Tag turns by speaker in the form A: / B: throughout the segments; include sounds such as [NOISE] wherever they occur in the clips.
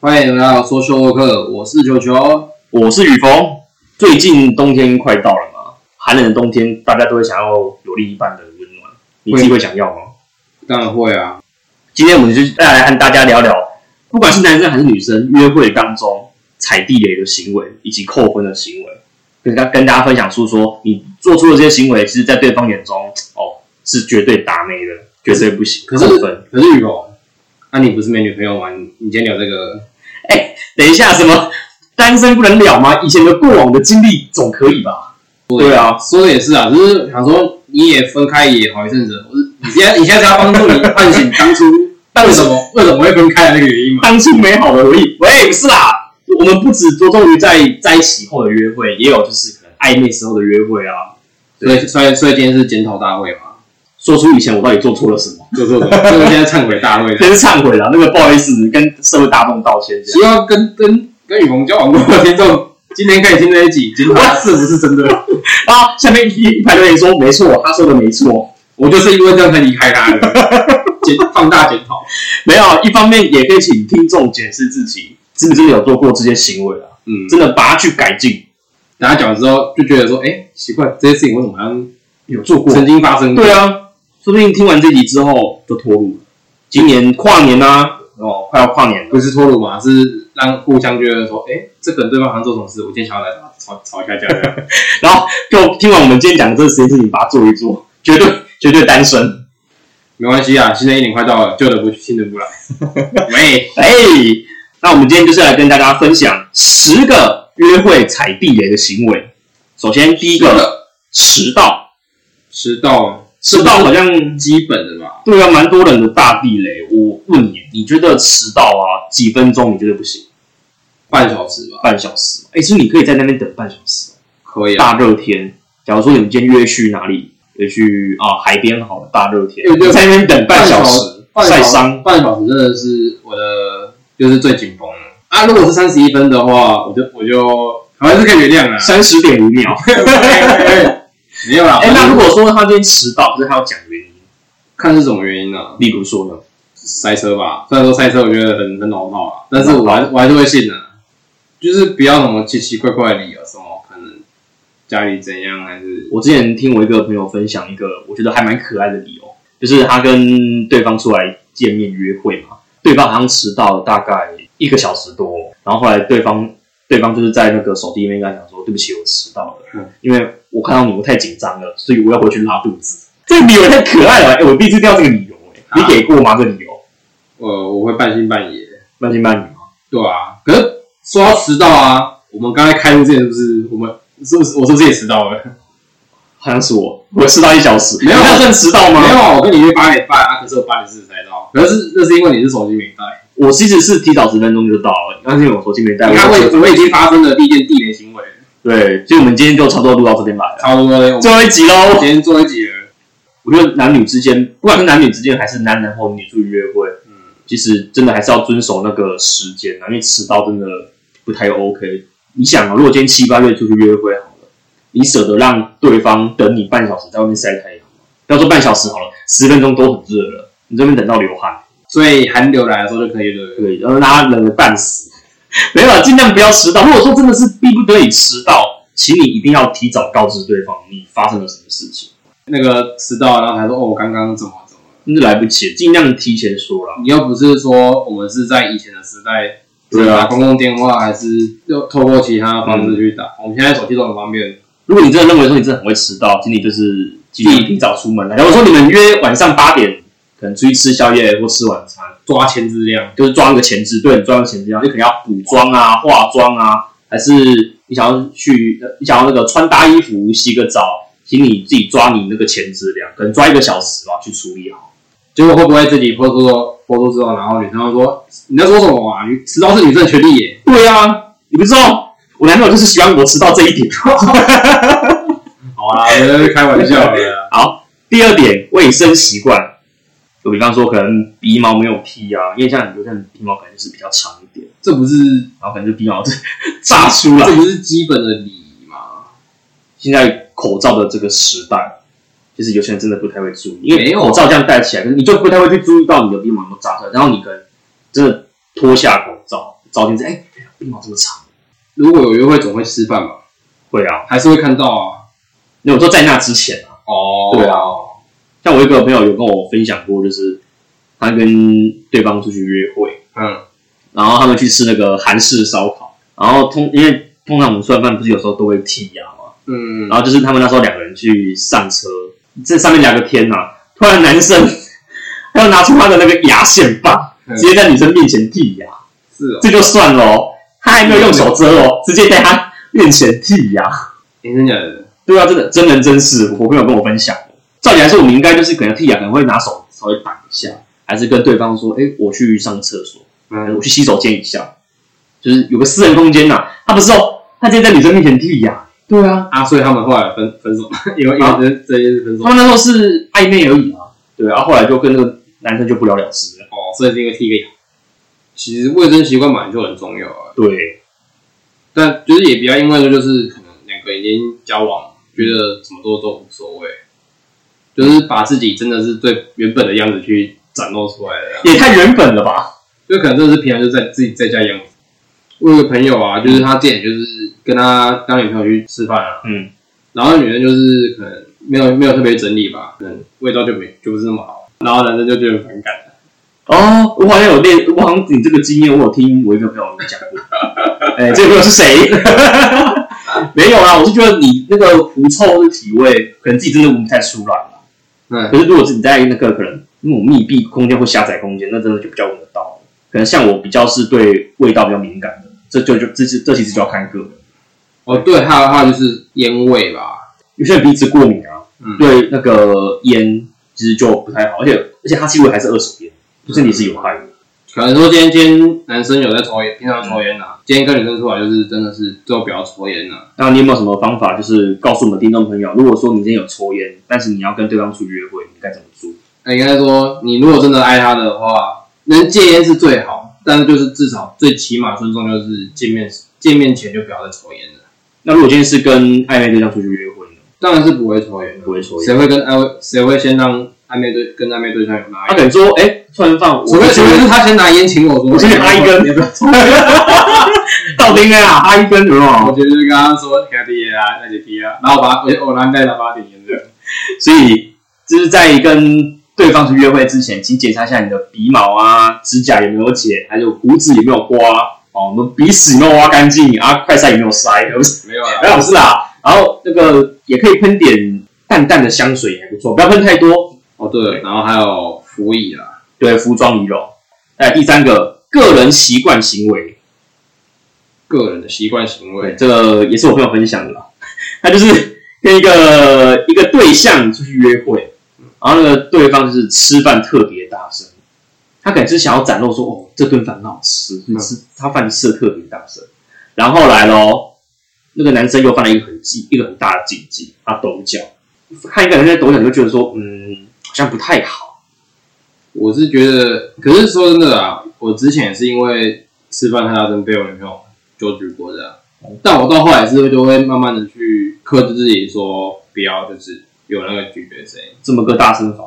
A: 欢迎来到说修洛克，我是球球。
B: 我是雨峰。最近冬天快到了嘛，寒冷的冬天，大家都会想要有另一半的温暖。你自己会想要吗？
A: 当然会啊，
B: 今天我们就再来和大家聊聊，不管是男生还是女生，约会当中踩地雷的行为，以及扣分的行为，跟大跟大家分享出说，你做出的这些行为，其实在对方眼中，哦，是绝对打妹的，绝对不行，
A: 可是
B: 扣分。
A: 可是雨果，那、你不是没女朋友吗？你你今天有这个？
B: 等一下，什么单身不能了吗？以前的过往的经历总可以吧？对啊，
A: 说的也是啊，就是想说你也分开也好一阵子，我是你现在你现在是要帮助你唤醒当初
B: 但
A: 为
B: 是
A: 什么为什么会分开的那个原因嘛？
B: 当初美好的回忆。喂，不是啦，我们不只着重于在在一起后的约会，也有就是可能暧昧时候的约会啊。
A: 所以所以所以今天是检讨大会嘛，
B: 说出以前我到底做错了什么，
A: 就这种，这个现在忏悔大会。
B: 真是忏悔了。那个不好意思，跟社会大众道歉这
A: 希
B: 样。
A: 望跟跟跟雨萌交往过的听众，今天可以听这一集，检讨他是不是真的？
B: 啊，下面一一排留言说没错，他说的没错。
A: 我就是因为这样才离开他的，检放大检讨。
B: 没有，啊一方面也可以请听众检视自己是不是有做过这些行为啊，
A: 嗯，
B: 真的把它去改进，
A: 大家讲完之后就觉得说，哎、奇怪，这些事情为什么好像
B: 有做过。
A: 曾经发生过？
B: 对啊，说不定听完这集之后就脱入了。今年跨年啊，哦，快要跨年了。
A: 不是脱鲁嘛，是让互相觉得说，哎、这个人对方好像做什么事，我今天想要来吵吵吵一下架这样。 [LAUGHS]
B: 然后就听完我们今天讲的这个实验事情，把它做一做，绝对绝对单身。
A: 没关系啊，新的一年快到了，旧的不去，新的不来。喂，
B: 哎，那我们今天就是来跟大家分享十个约会踩地雷的行为。首先第一个迟到，
A: 迟到
B: 迟到好像
A: 基本的吧，
B: 对啊，蛮多人的大地雷。我问你，你觉得迟到啊几分钟你觉得不行？
A: 半小时吧，
B: 半小时吗？哎，是你可以在那边等半小时。
A: 可以啊。
B: 大热天，假如说你们今天约去哪里？约去啊海边好了，大热天，
A: 对对
B: 在那边等半小时，
A: 时，半小
B: 晒伤
A: 半小时真的是我的就是最紧绷了啊！如果是三十一分的话，我就我就好像是可以原谅了。 [LAUGHS]
B: 三十点五秒。
A: 没有啦，
B: 哎、那如果说他今天迟到，可是他要讲原因，
A: 看是什么原因呢、啊
B: 例如说呢，
A: 塞车吧，虽然说塞车我觉得很很老套啊，但是我还我还是会信的、就是不要什么奇奇怪怪的理由，什么可能家里怎样还是
B: 我之前听我一个朋友分享一个我觉得还蛮可爱的理由，就是他跟对方出来见面约会嘛，对方好像迟到了大概一个小时多，然后后来对方对方就是在那个手机里面跟他讲说，对不起，我迟到了，
A: 嗯
B: 因为我看到你我太紧张了，所以我要回去拉肚子。 [LAUGHS] 这个理由也太可爱了，哎、我第一次听到这个理由、
A: 啊
B: 哎，你给过吗？这个理由
A: 呃我会半信半疑，
B: 半信半疑吗？
A: 对啊。可是说到迟到啊，我们刚才开录之前是不是我们是不是我是不是也迟到了？
B: 好像是我，我迟到一小时，
A: 没有
B: 你那算迟到吗？
A: 没有啊，我跟你约八点半啊，可是我八点四十才到，可是那是因为你是手机没带，
B: 我其实是提早十分钟就到了，但是因为我手机没带，
A: 你看
B: 我
A: 啊我
B: 就
A: 已我已经发生了第一件地雷行为，
B: 对，所以我们今天就差不多录到这边来了，
A: 差不多了，我
B: 最后一集喽
A: 今。天做一集了，
B: 我觉得男女之间，不管是男女之间还是男男或女出去约会，
A: 嗯，
B: 其实真的还是要遵守那个时间啊，因为迟到真的不太 OK。你想啊，如果今天七八月出去约会好了，你舍得让对方等你半小时在外面晒太阳吗？不要说半小时好了，十分钟都很热了，你这边等到流汗。
A: 所以寒流来的时候就可以了。
B: 对，然后让他冷的半死。 [LAUGHS] 没有啦，尽量不要迟到。如果说真的是逼不得已迟到，请你一定要提早告知对方你发生了什么事情，
A: 那个迟到，然后还说哦，我刚刚怎么怎么了。
B: 那就来不及了，尽量提前说啦。
A: 你又不是说我们是在以前的时代，
B: 对啊
A: 打公共电话还是又透过其他方式去打。我们现在手机都很方便，
B: 如果你真的认为说你真的很会迟到，请你就是尽量提早出门啦。假如说你们约晚上八点，可能出去吃宵夜或吃晚餐，
A: 抓前置量，
B: 就是装一个前置，对，你装一个前置，然后你可能要补妆啊、化妆啊，还是你想要去，呃你想要那个穿搭衣服、洗个澡，请你自己抓你那个前置量，可能抓一个小时吧，去处理好。
A: 结果会不会自己播出播出之后，然后女生会说你在说什么啊？你迟到是女生的权利耶。
B: 对啊，你不知道，我男朋友就是喜欢我迟到这一点。 [LAUGHS]
A: 好 [LAUGHS] 啊，开玩笑的。
B: 好，第二点，卫生习惯，就比方说可能鼻毛没有剃啊，因为像有些人鼻毛可能就是比较长一点，
A: 这不是
B: 然后可能就鼻毛 [LAUGHS] 就炸出来
A: 这。不是基本的礼仪吗？
B: 现在口罩的这个时代，其实有些人真的不太会注意，因
A: 没
B: 为
A: 有
B: 口罩这样戴起来，可是你就不太会去注意到你的鼻毛有没有扎出来，然后你可能真的脱下口罩，照镜子，哎，鼻毛这么长，
A: 如果有约会，总会吃饭吧，
B: 会啊，
A: 还是会看到啊。
B: 那我说在那之前啊。
A: 哦
B: 对
A: 对
B: 啊
A: 啊，
B: 像我一个朋友有跟我分享过，就是他跟对方出去约会，
A: 嗯，
B: 然后他们去吃那个韩式烧烤，然后通因为通常我们吃完饭不是有时候都会剔牙嘛，
A: 嗯，
B: 然后就是他们那时候两个人去上车，这上面聊个天呐、突然男生 [LAUGHS] 他要拿出他的那个牙线棒，
A: 嗯
B: 直接在女生面前剔牙，
A: 是哦，
B: 这就算了、哦，他还没有用手遮哦，直接在他面前剔牙。
A: 诶嗯真的假的？
B: 对啊，真的真人真事，我朋友跟我分享的。照理来说，我们应该就是可能替雅可能会拿手稍微挡一下，还是跟对方说：“哎、我去上厕所，
A: 嗯，
B: 我去洗手间一下。”就是有个私人空间呐、他不是哦，他直接在女生面前剃牙。对啊，
A: 啊，所以他们后来分分手， [LAUGHS] 因为因
B: 啊
A: 为这这件事分手
B: 他们那时候是暧昧而已啊。对啊，后来就跟那个男生就不了了之了。
A: 哦，所以是因为剃个牙。其实卫生习惯本来就很重要啊，
B: 对，
A: 但就是也不要因为就是可能两个已经交往，觉得怎么做都无所谓，就是把自己真的是最原本的样子去展露出来了啊、
B: 也太原本了吧？
A: 就可能真的是平常就在自己在家养。我有个朋友啊，就是他之前就是跟他当女朋友去吃饭啊，
B: 嗯，
A: 然后女生就是可能没有没有特别整理吧，可能味道就没就不是那么好，然后男生就觉得很反感。
B: 哦，我好像有练，我好像你这个经验，我有听我一个朋友讲过。 [LAUGHS] 哎、这个朋友是谁？没有啦，我是觉得你那个狐臭的体味，可能自己真的闻不太出来啊啦。
A: 嗯
B: 可是如果是你在那个可能那种密闭空间或狭窄空间，那真的就比较闻得到。可能像我比较是对味道比较敏感的，这就就这是这其实就要看个人。
A: 哦对，还有还有就是烟味吧，
B: 有些人鼻子过敏啊，
A: 嗯
B: 对那个烟其实就不太好，而且而且它气味还是二手烟，对身体是有害的。
A: 可能说今天今天男生有在抽烟，平常抽烟啊，今天跟女生出来就是真的是最后不要抽烟了、啊。
B: 那你有没有什么方法，就是告诉我们听众朋友，如果说你今天有抽烟，但是你要跟对方出去约会，你该怎么做？
A: 那应该说，你如果真的爱他的话，能戒烟是最好，但是就是至少最起码尊重就是见面见面前就不要再抽烟了。
B: 那如果今天是跟暧昧对象出去约会呢？
A: 当然是不会抽烟的
B: 不，会抽烟，
A: 谁会跟暧谁会先让暧昧对跟暧昧对象有拿
B: 他
A: 烟？
B: 可能说，哎、突然放，我
A: 除非除非是他先拿烟请我说，
B: 我先给他一根
A: 你要不要抽？
B: [LAUGHS] 到丁啊，他一根有没
A: 我
B: 有？
A: 觉得就是跟他说开的烟啊，那就低啊，然后把我我拿带喇叭点烟这样。
B: 所以就是在跟对方去约会之前，请检查一下你的鼻毛啊、指甲有没有剪，还有胡子有没有刮，哦，我们鼻屎有没有挖干净啊，快塞有没有塞，而不 [LAUGHS] 是
A: 没有啦，
B: 没有事啊。然后那个也可以喷点淡淡的香水，也还不错，不要喷太多，
A: 哦对，然后还有啊辅以啦，
B: 对，服装仪容。哎，第三个，个人习惯行为，
A: 个人的习惯行
B: 对，
A: 为，
B: 这个也是我朋友分享的啦。 [LAUGHS] 他就是跟一个一个对象出去约会，然后那个对方就是吃饭特别大声，他可能是想要展露说，哦，这顿饭很好吃，所以吃
A: 嗯
B: 他饭吃的特别大声。然后来咯，那个男生又犯了一个很忌一个很大的禁忌，他抖脚。看一个人在抖脚，你就觉得说，嗯，好像不太好。
A: 我是觉得，可是说真的啊，我之前也是因为吃饭太大声被我女朋友纠举过的啊、但我到后来是就会慢慢的去克制自己说不要就是有那个咀嚼声音。
B: 这么个大声法，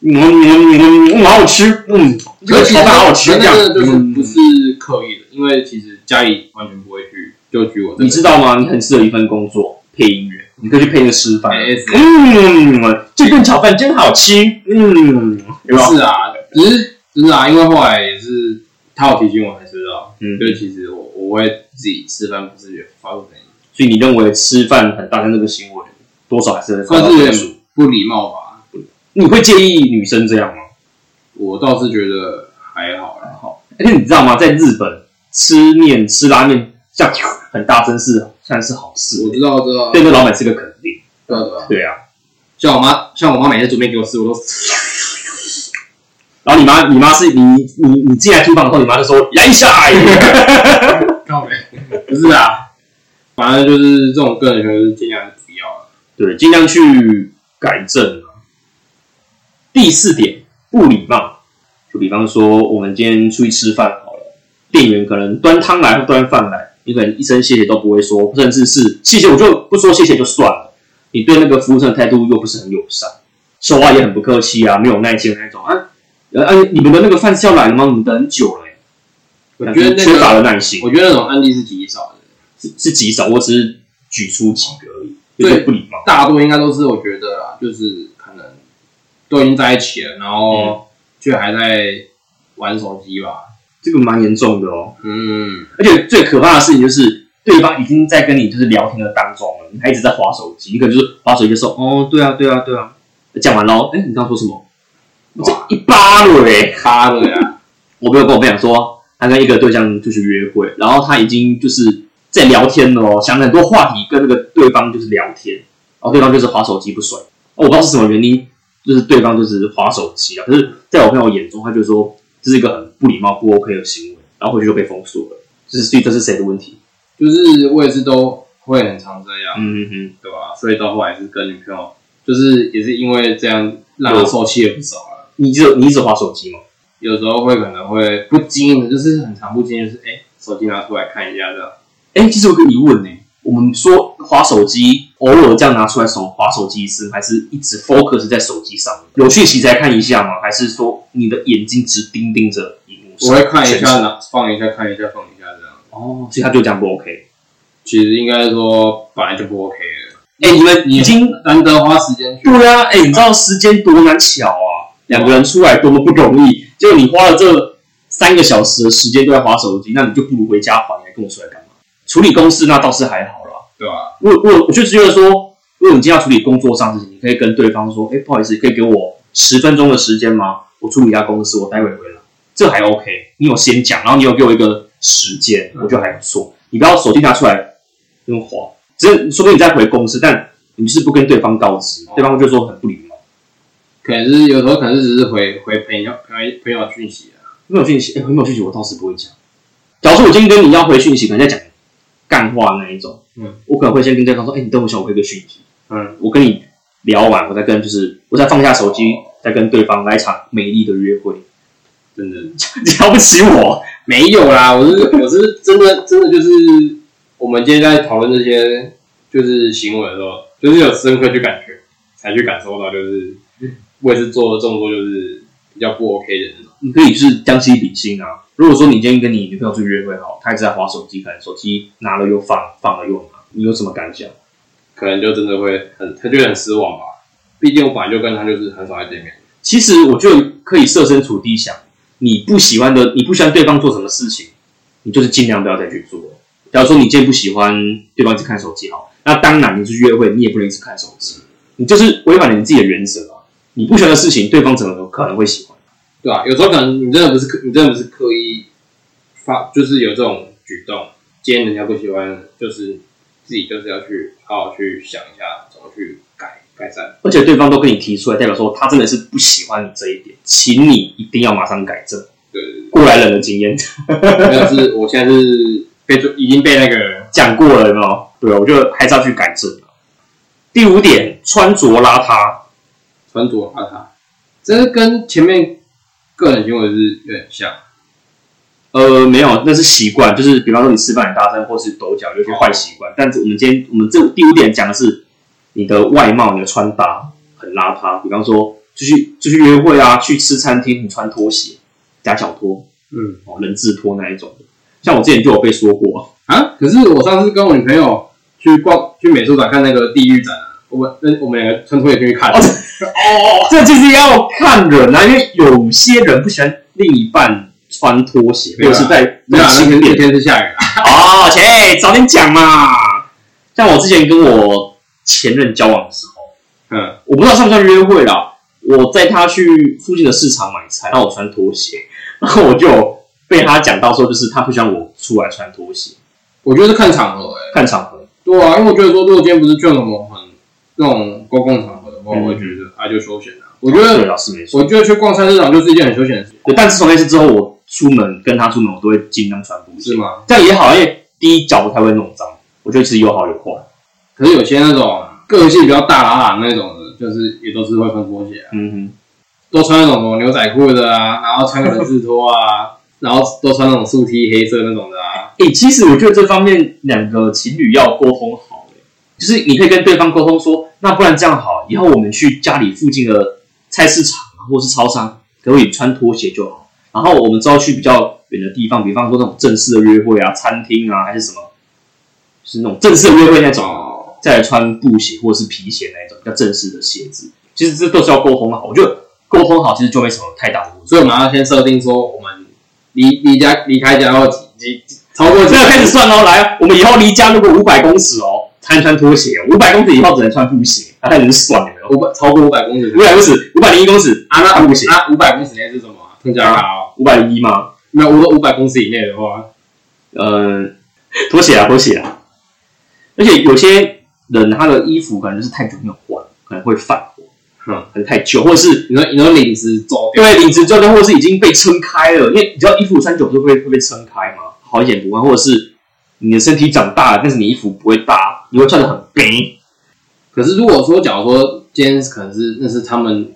B: 嗯嗯嗯嗯，好好吃，嗯，这个
A: 尤
B: 吃
A: 其
B: 法好好吃，
A: 那
B: 这样
A: 个就是
B: 嗯
A: 不是刻意的，因为其实家里完全不会去就举我这个
B: 你知道吗？你很适合一份工作，配音乐，你可以去配一个吃饭。
A: AS
B: 嗯，这顿炒饭真好吃。嗯，
A: 不
B: 有没有？
A: 是啊，只是真的啊，因为后来也是他有提醒我才知道，
B: 嗯
A: 就是其实我我会自己吃饭不自觉发出声音，
B: 所以你认为吃饭很大声这个行为，多少还是
A: 算是有
B: 分
A: 点不礼貌吧。
B: 你会介意女生这样吗？
A: 我倒是觉得还好啦，
B: 而且你知道吗？在日本吃面吃拉面，这样很大声是算是好事，
A: 我知道知道，
B: 对这老板是个肯定。
A: 对啊对啊，
B: 对啊，
A: 像我妈像我妈每天煮面给我吃，我都
B: 然后你妈你妈是你你你进来厨房的时候，你妈就说来一下。哎
A: 靠呗，不是啊，反正就是这种个人行为就是尽量不要了。
B: 对，尽量去改正啊。第四点，不礼貌。就比方说，我们今天出去吃饭好了，店员可能端汤来或端饭来，你可能一声谢谢都不会说，甚至是谢谢我就不说谢谢就算了，你对那个服务生的态度又不是很友善，说话也很不客气啊，没有耐心的那种啊。呃啊，你们的那个饭是要来了吗？你们等很久了、欸，
A: 我觉得
B: 感觉
A: 那
B: 缺乏了
A: 个，
B: 耐心，
A: 我觉得那种案例是极少的，
B: 是是极少，我只是举出几个而已，有点不礼貌。
A: 大多应该都是我觉得啊，就是可能都已经在一起了，然后却还在玩手机吧。
B: 这个蛮严重的哦。
A: 嗯，
B: 而且最可怕的事情就是，对方已经在跟你就是聊天的当中了，你还一直在划手机，你可能就是划手机的时候，哦，对啊，对啊，对啊，讲完喽，哎，你刚刚说什么？我这
A: 哇
B: 一巴了哎！
A: 八的呀，
B: 我朋友跟我分享说，他跟一个对象就是约会，然后他已经就是在聊天了哦，想了很多话题跟那个对方就是聊天，然后对方就是划手机不甩，哦，我不知道是什么原因，就是对方就是划手机啊，可是在我朋友眼中，他就说这是一个很不礼貌、不 OK 的行为，然后回去就被封锁了，就是所以这是谁的问题？
A: 就是我也是都会很常这样，
B: 嗯嗯
A: 对吧？所以到后来是跟女朋友，就是也是因为这样让她受气也不少了。
B: 嗯，你只有你只划手机吗？
A: 有时候会可能会不经意的，就是很常不经意，就是哎、手机拿出来看一下这样。
B: 哎、其实有个疑问呢、我们说划手机，偶尔这样拿出来手划手机一次，还是一直 focus 在手机上面？有讯息才看一下吗？还是说你的眼睛只盯盯着荧幕上？
A: 我会看一
B: 全程
A: 下，拿放一下，看一下，放一下这样。
B: 哦，所以他就这样不 OK。
A: 其实应该说本来就不 OK 了，
B: 哎、你们已经
A: 难得花时间去。
B: 对啊，哎、你知道时间多难巧啊，两个人出来多么不容易，结果你花了这三个小时的时间都在划手机，那你就不如回家还，你还跟我出来干嘛？处理公事那倒是还好啦。
A: 对吧、
B: 我我我就觉得说，如果你今天要处理工作上的事情，你可以跟对方说，哎、不好意思，可以给我十分钟的时间吗？我处理一下公司，我待会回来。这还 OK，你有先讲，然后你有给我一个时间，我觉得还不错。你不要手机拿出来用滑，只是说不定你在回公司，但你就是不跟对方告知，对方就说很不礼貌。
A: 可能是有时候可能是只是回回朋友朋友朋友讯息啊，
B: 没有讯息，哎、没有讯息，我倒是不会讲。假如说我今天跟你要回讯息，可能在讲干话那一种，
A: 嗯，
B: 我可能会先跟对方说，哎、你等我一下，我回个讯息。
A: 嗯，
B: 我跟你聊完，我再跟就是我再放下手机，再跟对方来一场美丽的约会。 [LAUGHS]
A: 真的
B: 你瞧不起我？
A: 没有啦，我是我是真的真的就是我们今天在讨论这些就是行为的时候，就是有深刻去感觉，才去感受到，就是我也是做了众多就是比较不 OK 的那种，
B: 你可以就是将心比心啊。如果说你今天跟你女朋友去约会好，她一直在划手机，可能手机拿了又放，放了又拿，你有什么感想？
A: 可能就真的会很他就会很失望吧。毕竟我本来就跟他就是很少在见面，
B: 其实我觉得可以设身处地想，你不喜欢的，你不喜欢对方做什么事情，你就是尽量不要再去做。假如说你今天不喜欢对方一直看手机，好，那当然你去约会，你也不能一直看手机，你就是违反了你自己的原则啊。你不喜欢的事情，对方怎么可能会喜欢？
A: 对啊吧、有时候可能你真的不是刻，你真的不是刻意发，就是有这种举动。今天人家不喜欢，就是自己就是要去好好去想一下，怎么去改改善。
B: 而且对方都跟你提出来，代表说他真的是不喜欢你这一点，请你一定要马上改正。
A: 对对
B: 过来人的经验 [LAUGHS]
A: [LAUGHS] 对，没有是我现在是呃被就已经被那个
B: 讲过了，有没有？对，啊我觉得还是要去改正啊。第五点，穿着邋遢，
A: 穿着邋遢，这是跟前面个人行为是有点像。
B: 呃，没有，那是习惯，就是比方说你吃饭很大声，或是抖脚，有些坏习惯。但是我们今天我们这第五点讲的是你的外貌，你的穿搭很邋遢。比方说出去出去约会啊，去吃餐厅，你穿拖鞋，夹脚拖，
A: 嗯
B: 哦，人字拖那一种的。像我之前就有被说过，
A: 啊，可是我上次跟我女朋友去逛去美术馆看那个地狱展啊，我们那我们两个穿拖鞋进去看。
B: 哦这其实要看人啊，因为有些人不喜欢另一半穿拖鞋，
A: 没有
B: 或
A: 啊
B: 是在
A: 没有啊，那
B: 轻
A: 天那
B: 便。
A: 天是下雨啊。
B: 哦，切，早点讲嘛。像我之前跟我前任交往的时候。
A: 嗯，
B: 我不知道算不算约会啦。我带他去附近的市场买菜，然后我穿拖鞋， [LAUGHS] 然后我就被他讲到说，就是他不喜欢我出来穿拖鞋，
A: 我觉得是看场合哎、
B: 看场合。
A: 对啊，因为我觉得说，如果今天不是去那种很那种公共场合的话，
B: 嗯
A: 我会觉得啊，就休闲啊。我觉得，
B: 对老师没错。
A: 我觉得去逛菜市场就是一件很休闲的事，
B: 对但自从那次之后，我出门跟他出门，我都会尽量穿拖鞋
A: 是，吗？
B: 这样也好，因为第一脚不太会弄脏。我觉得其实有好有坏。
A: 可是有些那种个性比较大啦啦那种的，就是也都是会穿拖鞋、啊，
B: 嗯哼，
A: 都穿那种什么牛仔裤的啊，然后穿个人字拖啊， [LAUGHS] 然后都穿那种素 T 黑色那种的啊。
B: 诶、其实我觉得这方面两个情侣要沟通好、欸，就是你可以跟对方沟通说，那不然这样好，以后我们去家里附近的菜市场啊或是超商，可以穿拖鞋就好。然后我们之后去比较远的地方，比方说那种正式的约会啊、餐厅啊，还是什么，就是那种正式的约会那种，
A: 哦，
B: 再来穿布鞋或者是皮鞋那一种比较正式的鞋子。其实这都是要沟通好，我觉得沟通好其实就没什么太大的问题。
A: 所以我们要先设定说，我们离离家离开家要几几几超过
B: 我 [LAUGHS]
A: 几
B: 这个开始算喽，来，我们以后离家如果五百公尺哦，才能穿拖鞋哦；五百公尺以后只能穿布鞋，啊那开始算了有没有。
A: 五百超过五百公里
B: 五。百公尺，五百零一公尺，
A: 啊，那
B: 啊
A: 五
B: 不行
A: 那五百公尺内是什么啊？通加卡哦，
B: 五百零一吗？
A: 没有，如果五百公尺以内的话，
B: 呃，拖鞋啊，拖鞋啊。而且有些人他的衣服可能就是太久没有换，可能会泛黄，
A: 哼，
B: 可能太旧，或者是
A: 你说你说领子走掉，
B: 对领子皱掉，或者是已经被撑开了。因为你知道衣服穿久就会会被撑开嘛，好一点不换，或者是你的身体长大了，但是你衣服不会大，你会穿的很平。
A: 可是如果说，假如说今天可能是那是他们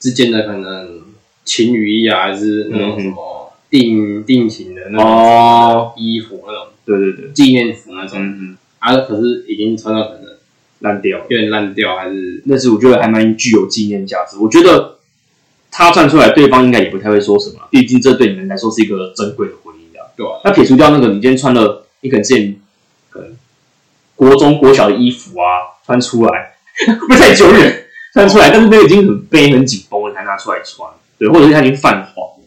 A: 之间的可能情侣衣啊，还是那种什么定、定情的那种
B: 哦，
A: 衣服那种
B: 对对对，
A: 纪念服那种、
B: 嗯嗯，
A: 啊，可是已经穿到可能
B: 烂掉了。
A: 有点烂掉，还是
B: 那是我觉得还蛮具有纪念价值。我觉得他算出来，对方应该也不太会说什么，毕竟这对你们来说是一个珍贵的回忆啊。
A: 对啊
B: 那撇除掉那个你今天穿了，你可能之前可能国中、国小的衣服啊，穿出来 [LAUGHS] 不是太久远，穿出来，但是那个已经很背、很紧绷了，才拿出来穿，对，或者是它已经泛黄了，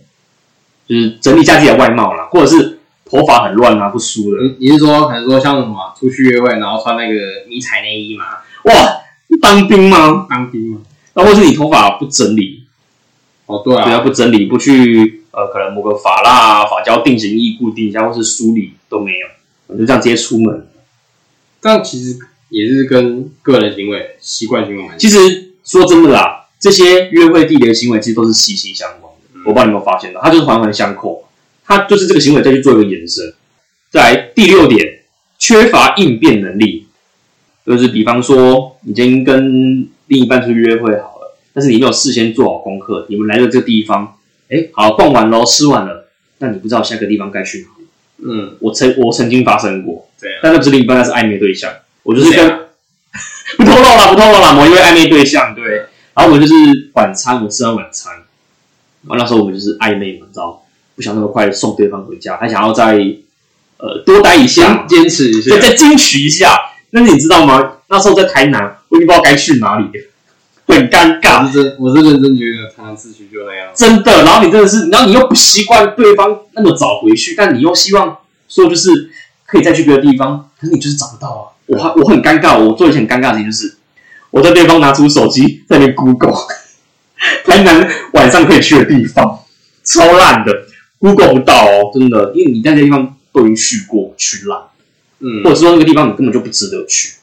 B: 就是整理一下自己的外貌啦，或者是头发很乱啊，不梳了，
A: 你你是说可能说像什么啊出去约会，然后穿那个迷彩内衣嘛，
B: 哇，当兵吗？
A: 当兵嘛？
B: 那或是你头发不整理，
A: 哦，对
B: 对啊，
A: 啊，
B: 不整理，不去呃，可能抹个发蜡、啊、发胶定型液固定一下，或是梳理都没有，我就这样直接出门。
A: 这样其实也是跟个人行为、习惯行为蛮像。
B: 其实说真的啦，这些约会地点的行为其实都是息息相关的。我不知道你有没有发现到，它就是环环相扣，它就是这个行为再去做一个延伸。再来第六点，缺乏应变能力，就是比方说你今天跟另一半出去约会好了，但是你没有事先做好功课，你们来到这个地方，哎，好逛完喽，吃完了，那你不知道下个地方该去哪里。
A: 嗯，
B: 我曾我曾经发生过，
A: 对啊，
B: 但那不是另一半，那是暧昧对象。我就是
A: 谁
B: 跟、
A: 啊
B: 不透露了，不透露了，某一位暧昧对象，对。然后我就是晚餐，我们吃完晚餐，然后那时候我们就是暧昧嘛，你知道，不想那么快送对方回家，他想要再呃多待一下嘛
A: 坚，坚持一下
B: 再，再矜持一下。但是你知道吗？那时候在台南，我已经不知道该去哪里了，很尴尬
A: 我。是真，我是认真觉得台南市区就那样。
B: 真的，然后你真的是，然后你又不习惯对方那么早回去，但你又希望说就是可以再去别的地方，可是你就是找不到啊。我还我很尴尬，我做一件很尴尬的事情就是，我在对方拿出手机在那边 Google [LAUGHS] 台南晚上可以去的地方，超烂的，Google 不到哦，真的，因为你在那地方都已经去过，去烂。
A: 嗯
B: 或，者说那个地方你根本就不值得去。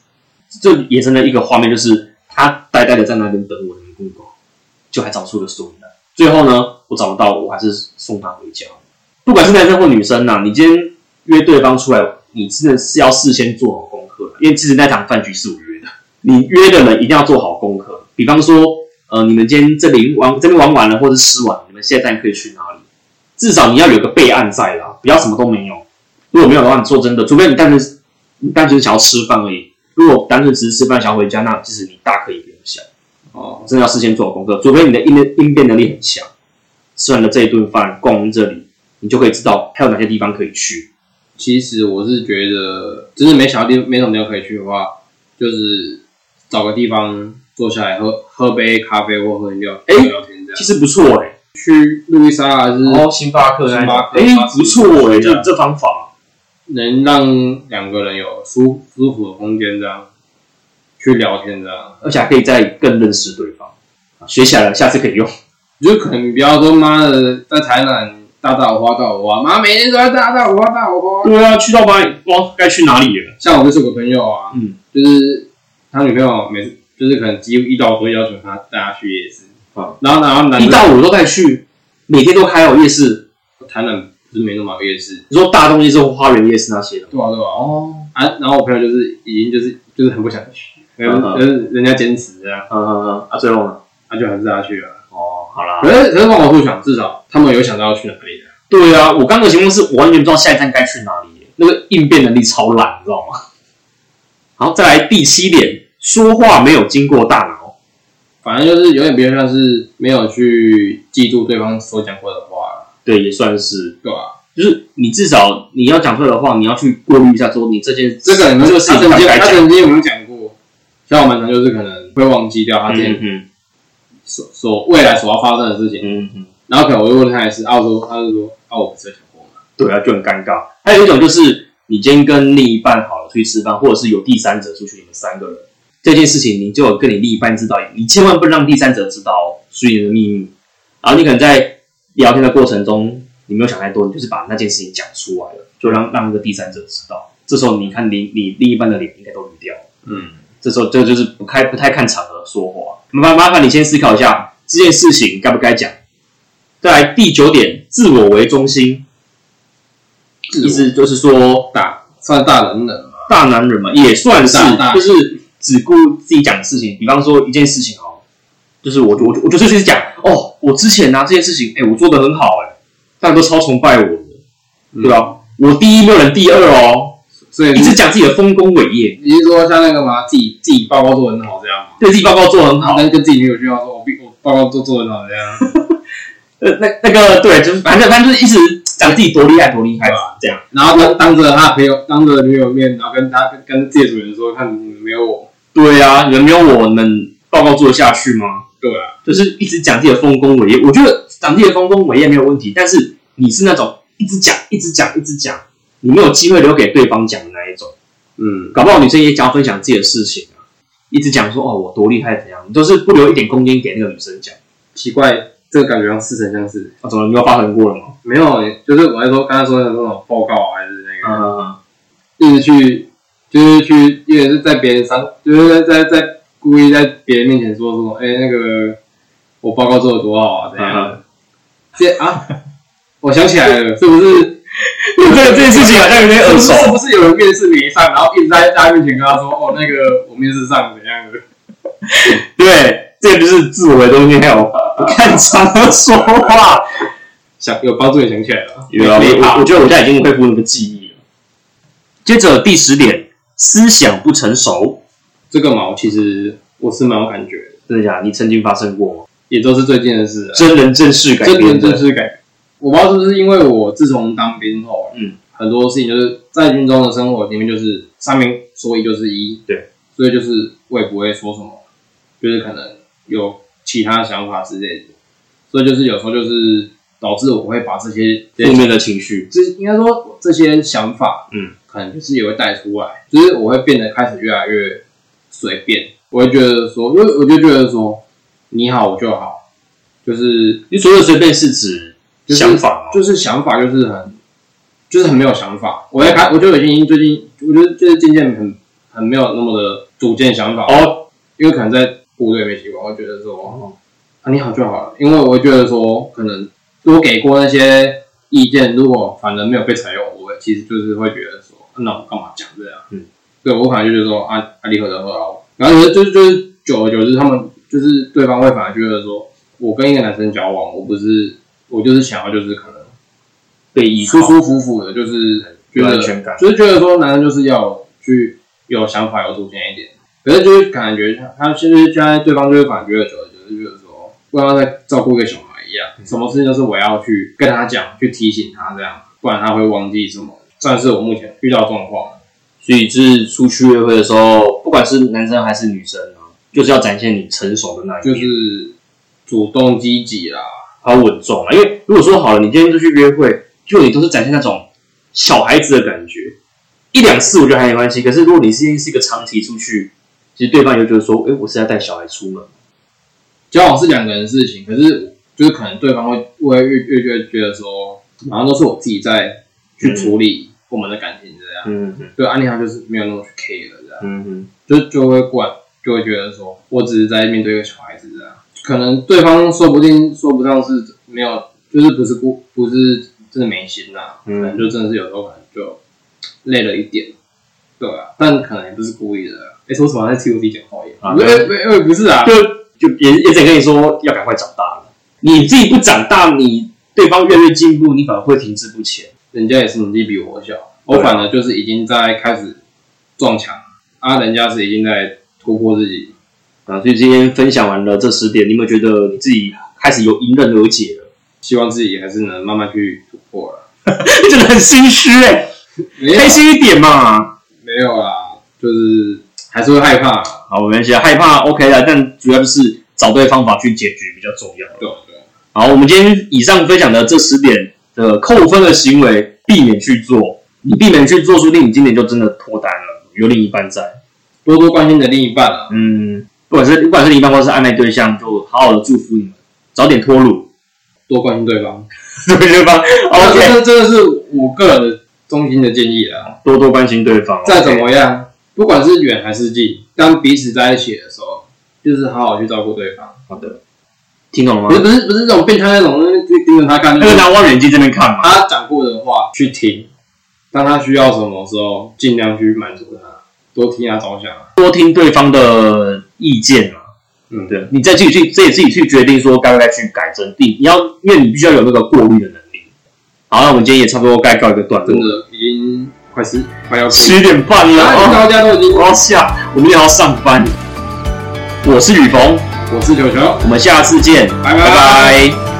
B: 就衍生了一个画面，就是他呆呆的在那边等我的公狗，就还找出了所以然。最后呢，我找不到，我还是送他回家。不管是男生或女生呐、你今天约对方出来，你真的是要事先做好功课，因为其实那场饭局是我约的，你约的人一定要做好功课。比方说，呃，你们今天这里玩这边玩完了，或者吃完，你们现在可以去哪里？至少你要有个备案在啦，不要什么都没有。如果没有的话，你说真的，除非你单纯是你单纯想要吃饭而已。如果单纯只是吃饭想要回家，那其实你大可以不用想，
A: 哦，
B: 真的要事先做好功课。除非你的应变应变能力很强，吃完了这一顿饭，逛完这里，你就可以知道还有哪些地方可以去。
A: 其实我是觉得，真的没想到地没什么地方可以去的话，就是找个地方坐下来喝喝杯咖啡或喝饮料，
B: 哎
A: 聊聊天这样。
B: 其实不错哎、
A: 去路易莎还是
B: 哦，星巴克
A: 那一种
B: 哎、不错哎、这这方法
A: 能让两个人有舒舒服的空间这样去聊天这样。
B: 而且还可以再更认识对方，啊学起来了，下次可以用。
A: 就可能不要说妈的在台南大大五花大五花，妈每天都在大大五花大五花。
B: 对啊，去到哪里，哇，该去哪里了？
A: 像我就是有个朋友啊，
B: 嗯，
A: 就是他女朋友每次就是可能几乎一到五都要求他带他去夜市
B: 啊，
A: 然后然后男
B: 一
A: 的
B: 到五都在去，每天都开有夜市。
A: 台南不是没那么好夜市，
B: 你说大东西是花园夜市那些的吗
A: 对啊对啊，
B: 哦，
A: 啊，然后我朋友就是已经就是就是很不想去，然
B: 啊
A: 后
B: 哈
A: 就是人家坚持这样，
B: 嗯嗯嗯，啊，最后呢？
A: 他就还是让他去了。
B: 哦，好啦
A: 可，是可是往我不想，至少他们有想到要去哪里的。
B: 对啊，我刚刚的情况是我完全不知道下一站该 [LAUGHS] 去哪里耶，那个应变能力超烂，你知道吗？好，再来第七点，说话没有经过大脑，
A: 反正就是有点比较像是没有去记住对方所讲过的话，啊
B: 对，也算是，
A: 对啊吧、
B: 就是你至少你要讲出来的话，你要去过滤一下，说你这件
A: 这个你们
B: 这
A: 就
B: 个
A: 是
B: 事
A: 他曾
B: 情该
A: 经
B: 不该
A: 他
B: 讲，
A: 曾经有没有讲过？像我们常就是可能会忘记掉他之
B: 嗯
A: 前
B: 嗯
A: 所所未来所要发生的事情，
B: 嗯嗯，
A: 然后可能我就问他一次，啊，我说他就说啊，我不是有讲过嘛，
B: 对啊，就很尴尬。还有一种就是你今天跟另一半好了出去吃饭，或者是有第三者出去，你们三个人这件事情，你就有跟你另一半知道，你千万不能让第三者知道哦，属于你的秘密。然后你可能在聊天的过程中，你没有想太多，你就是把那件事情讲出来了，就让让那个第三者知道。这时候你看你你另一半的脸应该都绿掉了。
A: 嗯，
B: 这时候这就是不开不太看场合说话。麻麻烦你先思考一下这件事情该不该讲。再来第九点，自我为中心，意思就是说
A: 大算大人了嘛，
B: 大男人嘛，也算是
A: 大大
B: 就是只顾自己讲事情。比方说一件事情哦，就是我我我就是一直讲哦，我之前拿、这件事情，哎，我做的很好，哎，大家都超崇拜我的，
A: 嗯
B: 对吧？我第一没有人第二哦，
A: 所以
B: 一直讲自己的丰功伟业，
A: 你是说像那个嘛，自己自己报告做得很好这样吗？
B: 对自己报告做得很好，
A: 跟跟自己女友炫耀说，我比我报告做做得很好这 [LAUGHS] 样，
B: 呃，那那个对，就是反正反正就是一直讲自己多厉害多厉害啊这样。
A: 然后当当着他的朋友当着女友面，然后跟他跟跟自己的主人说，看你们没有我，
B: 对啊，有没有我能报告做得下去吗？
A: 对啊，
B: 就是一直讲自己的丰功伟业，我觉得讲自己的丰功伟业没有问题，但是你是那种一直讲一直讲一直讲，你没有机会留给对方讲的那一种。
A: 嗯，
B: 搞不好女生也想要分享自己的事情啊，一直讲说哦我多厉害怎样，你都是不留一点空间给那个女生讲。
A: 奇怪，这个感觉像似曾相识，
B: 啊，怎么了你有发生过了吗？
A: 没有，就是我在说刚才说的那种报告啊还是那个。
B: 嗯，
A: 一直去，就是去，一直是在别人上，就是在在在故意在别人面前说说，哎、那个我报告做的多好啊，怎样的？这啊，我想起来了，是不 [LAUGHS] 是？
B: 呃这个这件事情好像有点耳熟
A: 是。不是是不是有人面试没上，然后一直在大家面前跟他说，哦，那个我面试上怎样的？
B: [LAUGHS] 对，这个就是自我为中心，还有 [LAUGHS] 不看场合说话。
A: 想有帮助也想起来了，
B: 有啊，
A: 没
B: 我我
A: 怕
B: 我觉得我现在已经恢复那个记忆了。接着第十点，思想不成熟，
A: 这个毛其实我是蛮有感觉的，
B: 真的假的？你曾经发生过吗？
A: 也都是最近的事、啊。
B: 真人真事改
A: 真
B: 编
A: 的
B: 的，
A: 是改。我不知道是不是因为我自从当兵后，啊
B: 嗯，
A: 很多事情就是在军中的生活里面，就是上面说一就是一，
B: 对，
A: 所以就是我也不会说什么，就是可能有其他想法之类的，所以就是有时候就是导致我会把这些这
B: 负
A: 些
B: 面的情绪，
A: 这应该说这些想法，
B: 嗯，
A: 可能就是也会带出来，就是我会变得开始越来越随便，我会觉得说，因为我就觉得说你好我就好，就是
B: 你所谓的随便是指
A: 就是
B: 想法吗？
A: 就是想法就是很，就是很没有想法。我在开，我就已经最近，我觉得就是渐渐很很没有那么的主见想法，
B: 哦，
A: 因为可能在部队没习惯，我会觉得说，啊你好就好了，因为我会觉得说，可能我给过那些意见，如果反正没有被采用，我其实就是会觉得说，啊那我干嘛讲这样？
B: 嗯，
A: 对我可能就觉得说，啊啊你合的合啊，然后就是就是久而久之，他们就是对方会反而觉得说，我跟一个男生交往，我不是我就是想要就是可能。
B: 被依
A: 舒
B: 靠，
A: 舒服服的，就是觉
B: 有
A: 得
B: 安全感
A: 就是觉得说男人就是要去有想法、有主见一点。可是就是感觉他其实现在对方就会感觉久了，就是觉得说，不然他在照顾一个小孩一样，
B: 嗯
A: 什么事情都是我要去跟他讲、去提醒他这样，不然他会忘记什么。算是我目前遇到的状况。
B: 所以就是出去约会的时候，不管是男生还是女生啊，就是要展现你成熟的那一
A: 就
B: 面。
A: 是主动积极啦，
B: 好稳重啊。因为如果说好了，你今天就去约会，就你都是展现那种小孩子的感觉，一两次我觉得还没关系。可是如果你是是一个长期出去，其实对方也会觉得说，哎、我是在带小孩出门。
A: 交往是两个人的事情，可是就是可能对方会会越越越觉得说，好像都是我自己在去处理我们的感情这样。
B: 嗯嗯
A: 对安妮她就是没有那么去 care 的这样，
B: 嗯
A: 就就会管，就会觉得说我只是在面对一个小孩子这样，可能对方说不定说不上是没有，就是不是故不是真的没心呐、可能
B: 嗯，
A: 就真的是有时候可能就累了一点，对啊，但可能也不是故意的啊。哎、说什么在替我自己讲话也，
B: 啊
A: 没没没不是啊，
B: 就就也也只能跟你说要赶快长大了。你自己不长大，你对方越来越进步，你反而会停滞不前。
A: 人家也是年纪比我小，我
B: 对啊
A: 反而就是已经在开始撞墙，啊，人家是已经在突破自己。
B: 啊，所以今天分享完了这十点，你有没有觉得你自己开始有迎刃而解了？ [LAUGHS]
A: 希望自己还是能慢慢去突破了。
B: 真的很心虚哎、
A: 没有
B: 开心一点嘛。
A: 没有啦，就是还是会害怕。
B: 好，没关系啊，害怕 OK 啦，但主要就是找对方法去解决比较重要。
A: 对对，
B: 好，我们今天以上分享的这十点的扣分的行为，避免去做。你避免去做，说不定你今年就真的脱单了，有另一半在。
A: 多多关心你的另一半啊，
B: 嗯，不管是不管是另一半或是暧昧对象，就好好的祝福你们，早点脱乳， [LAUGHS]
A: 多关心对方。
B: 对对吧？OK，
A: 这真的是我个人的衷心的建议啦。
B: 多多关心对方。
A: 再怎么样，不管是远还是近，当彼此在一起的时候，就是好好去照顾对方，
B: 好的，听懂了
A: 不是
B: 吗？
A: 不是不是那种变态那种，就盯着他看，
B: 那
A: 就
B: 个
A: 是
B: 拿望远镜这边看嘛。
A: 他讲过的话去听，当他需要什么时候，尽量去满足他，多替他着想啊。
B: 多听对方的意见嘛。
A: 嗯，，
B: 对，你再自己去，自己自己去决定说该不该去改正。你你要，因为你必须要有那个过滤的能力。好，那我们今天也差不多该告一个段
A: 真
B: 落，
A: 的已经快是快要死，
B: 十点半了，
A: 啊
B: 哦
A: 大家都已经
B: 我，要下，我明天还要上班。我是雨逢，
A: 我是球球。
B: 我们下次见，
A: 拜拜
B: 拜拜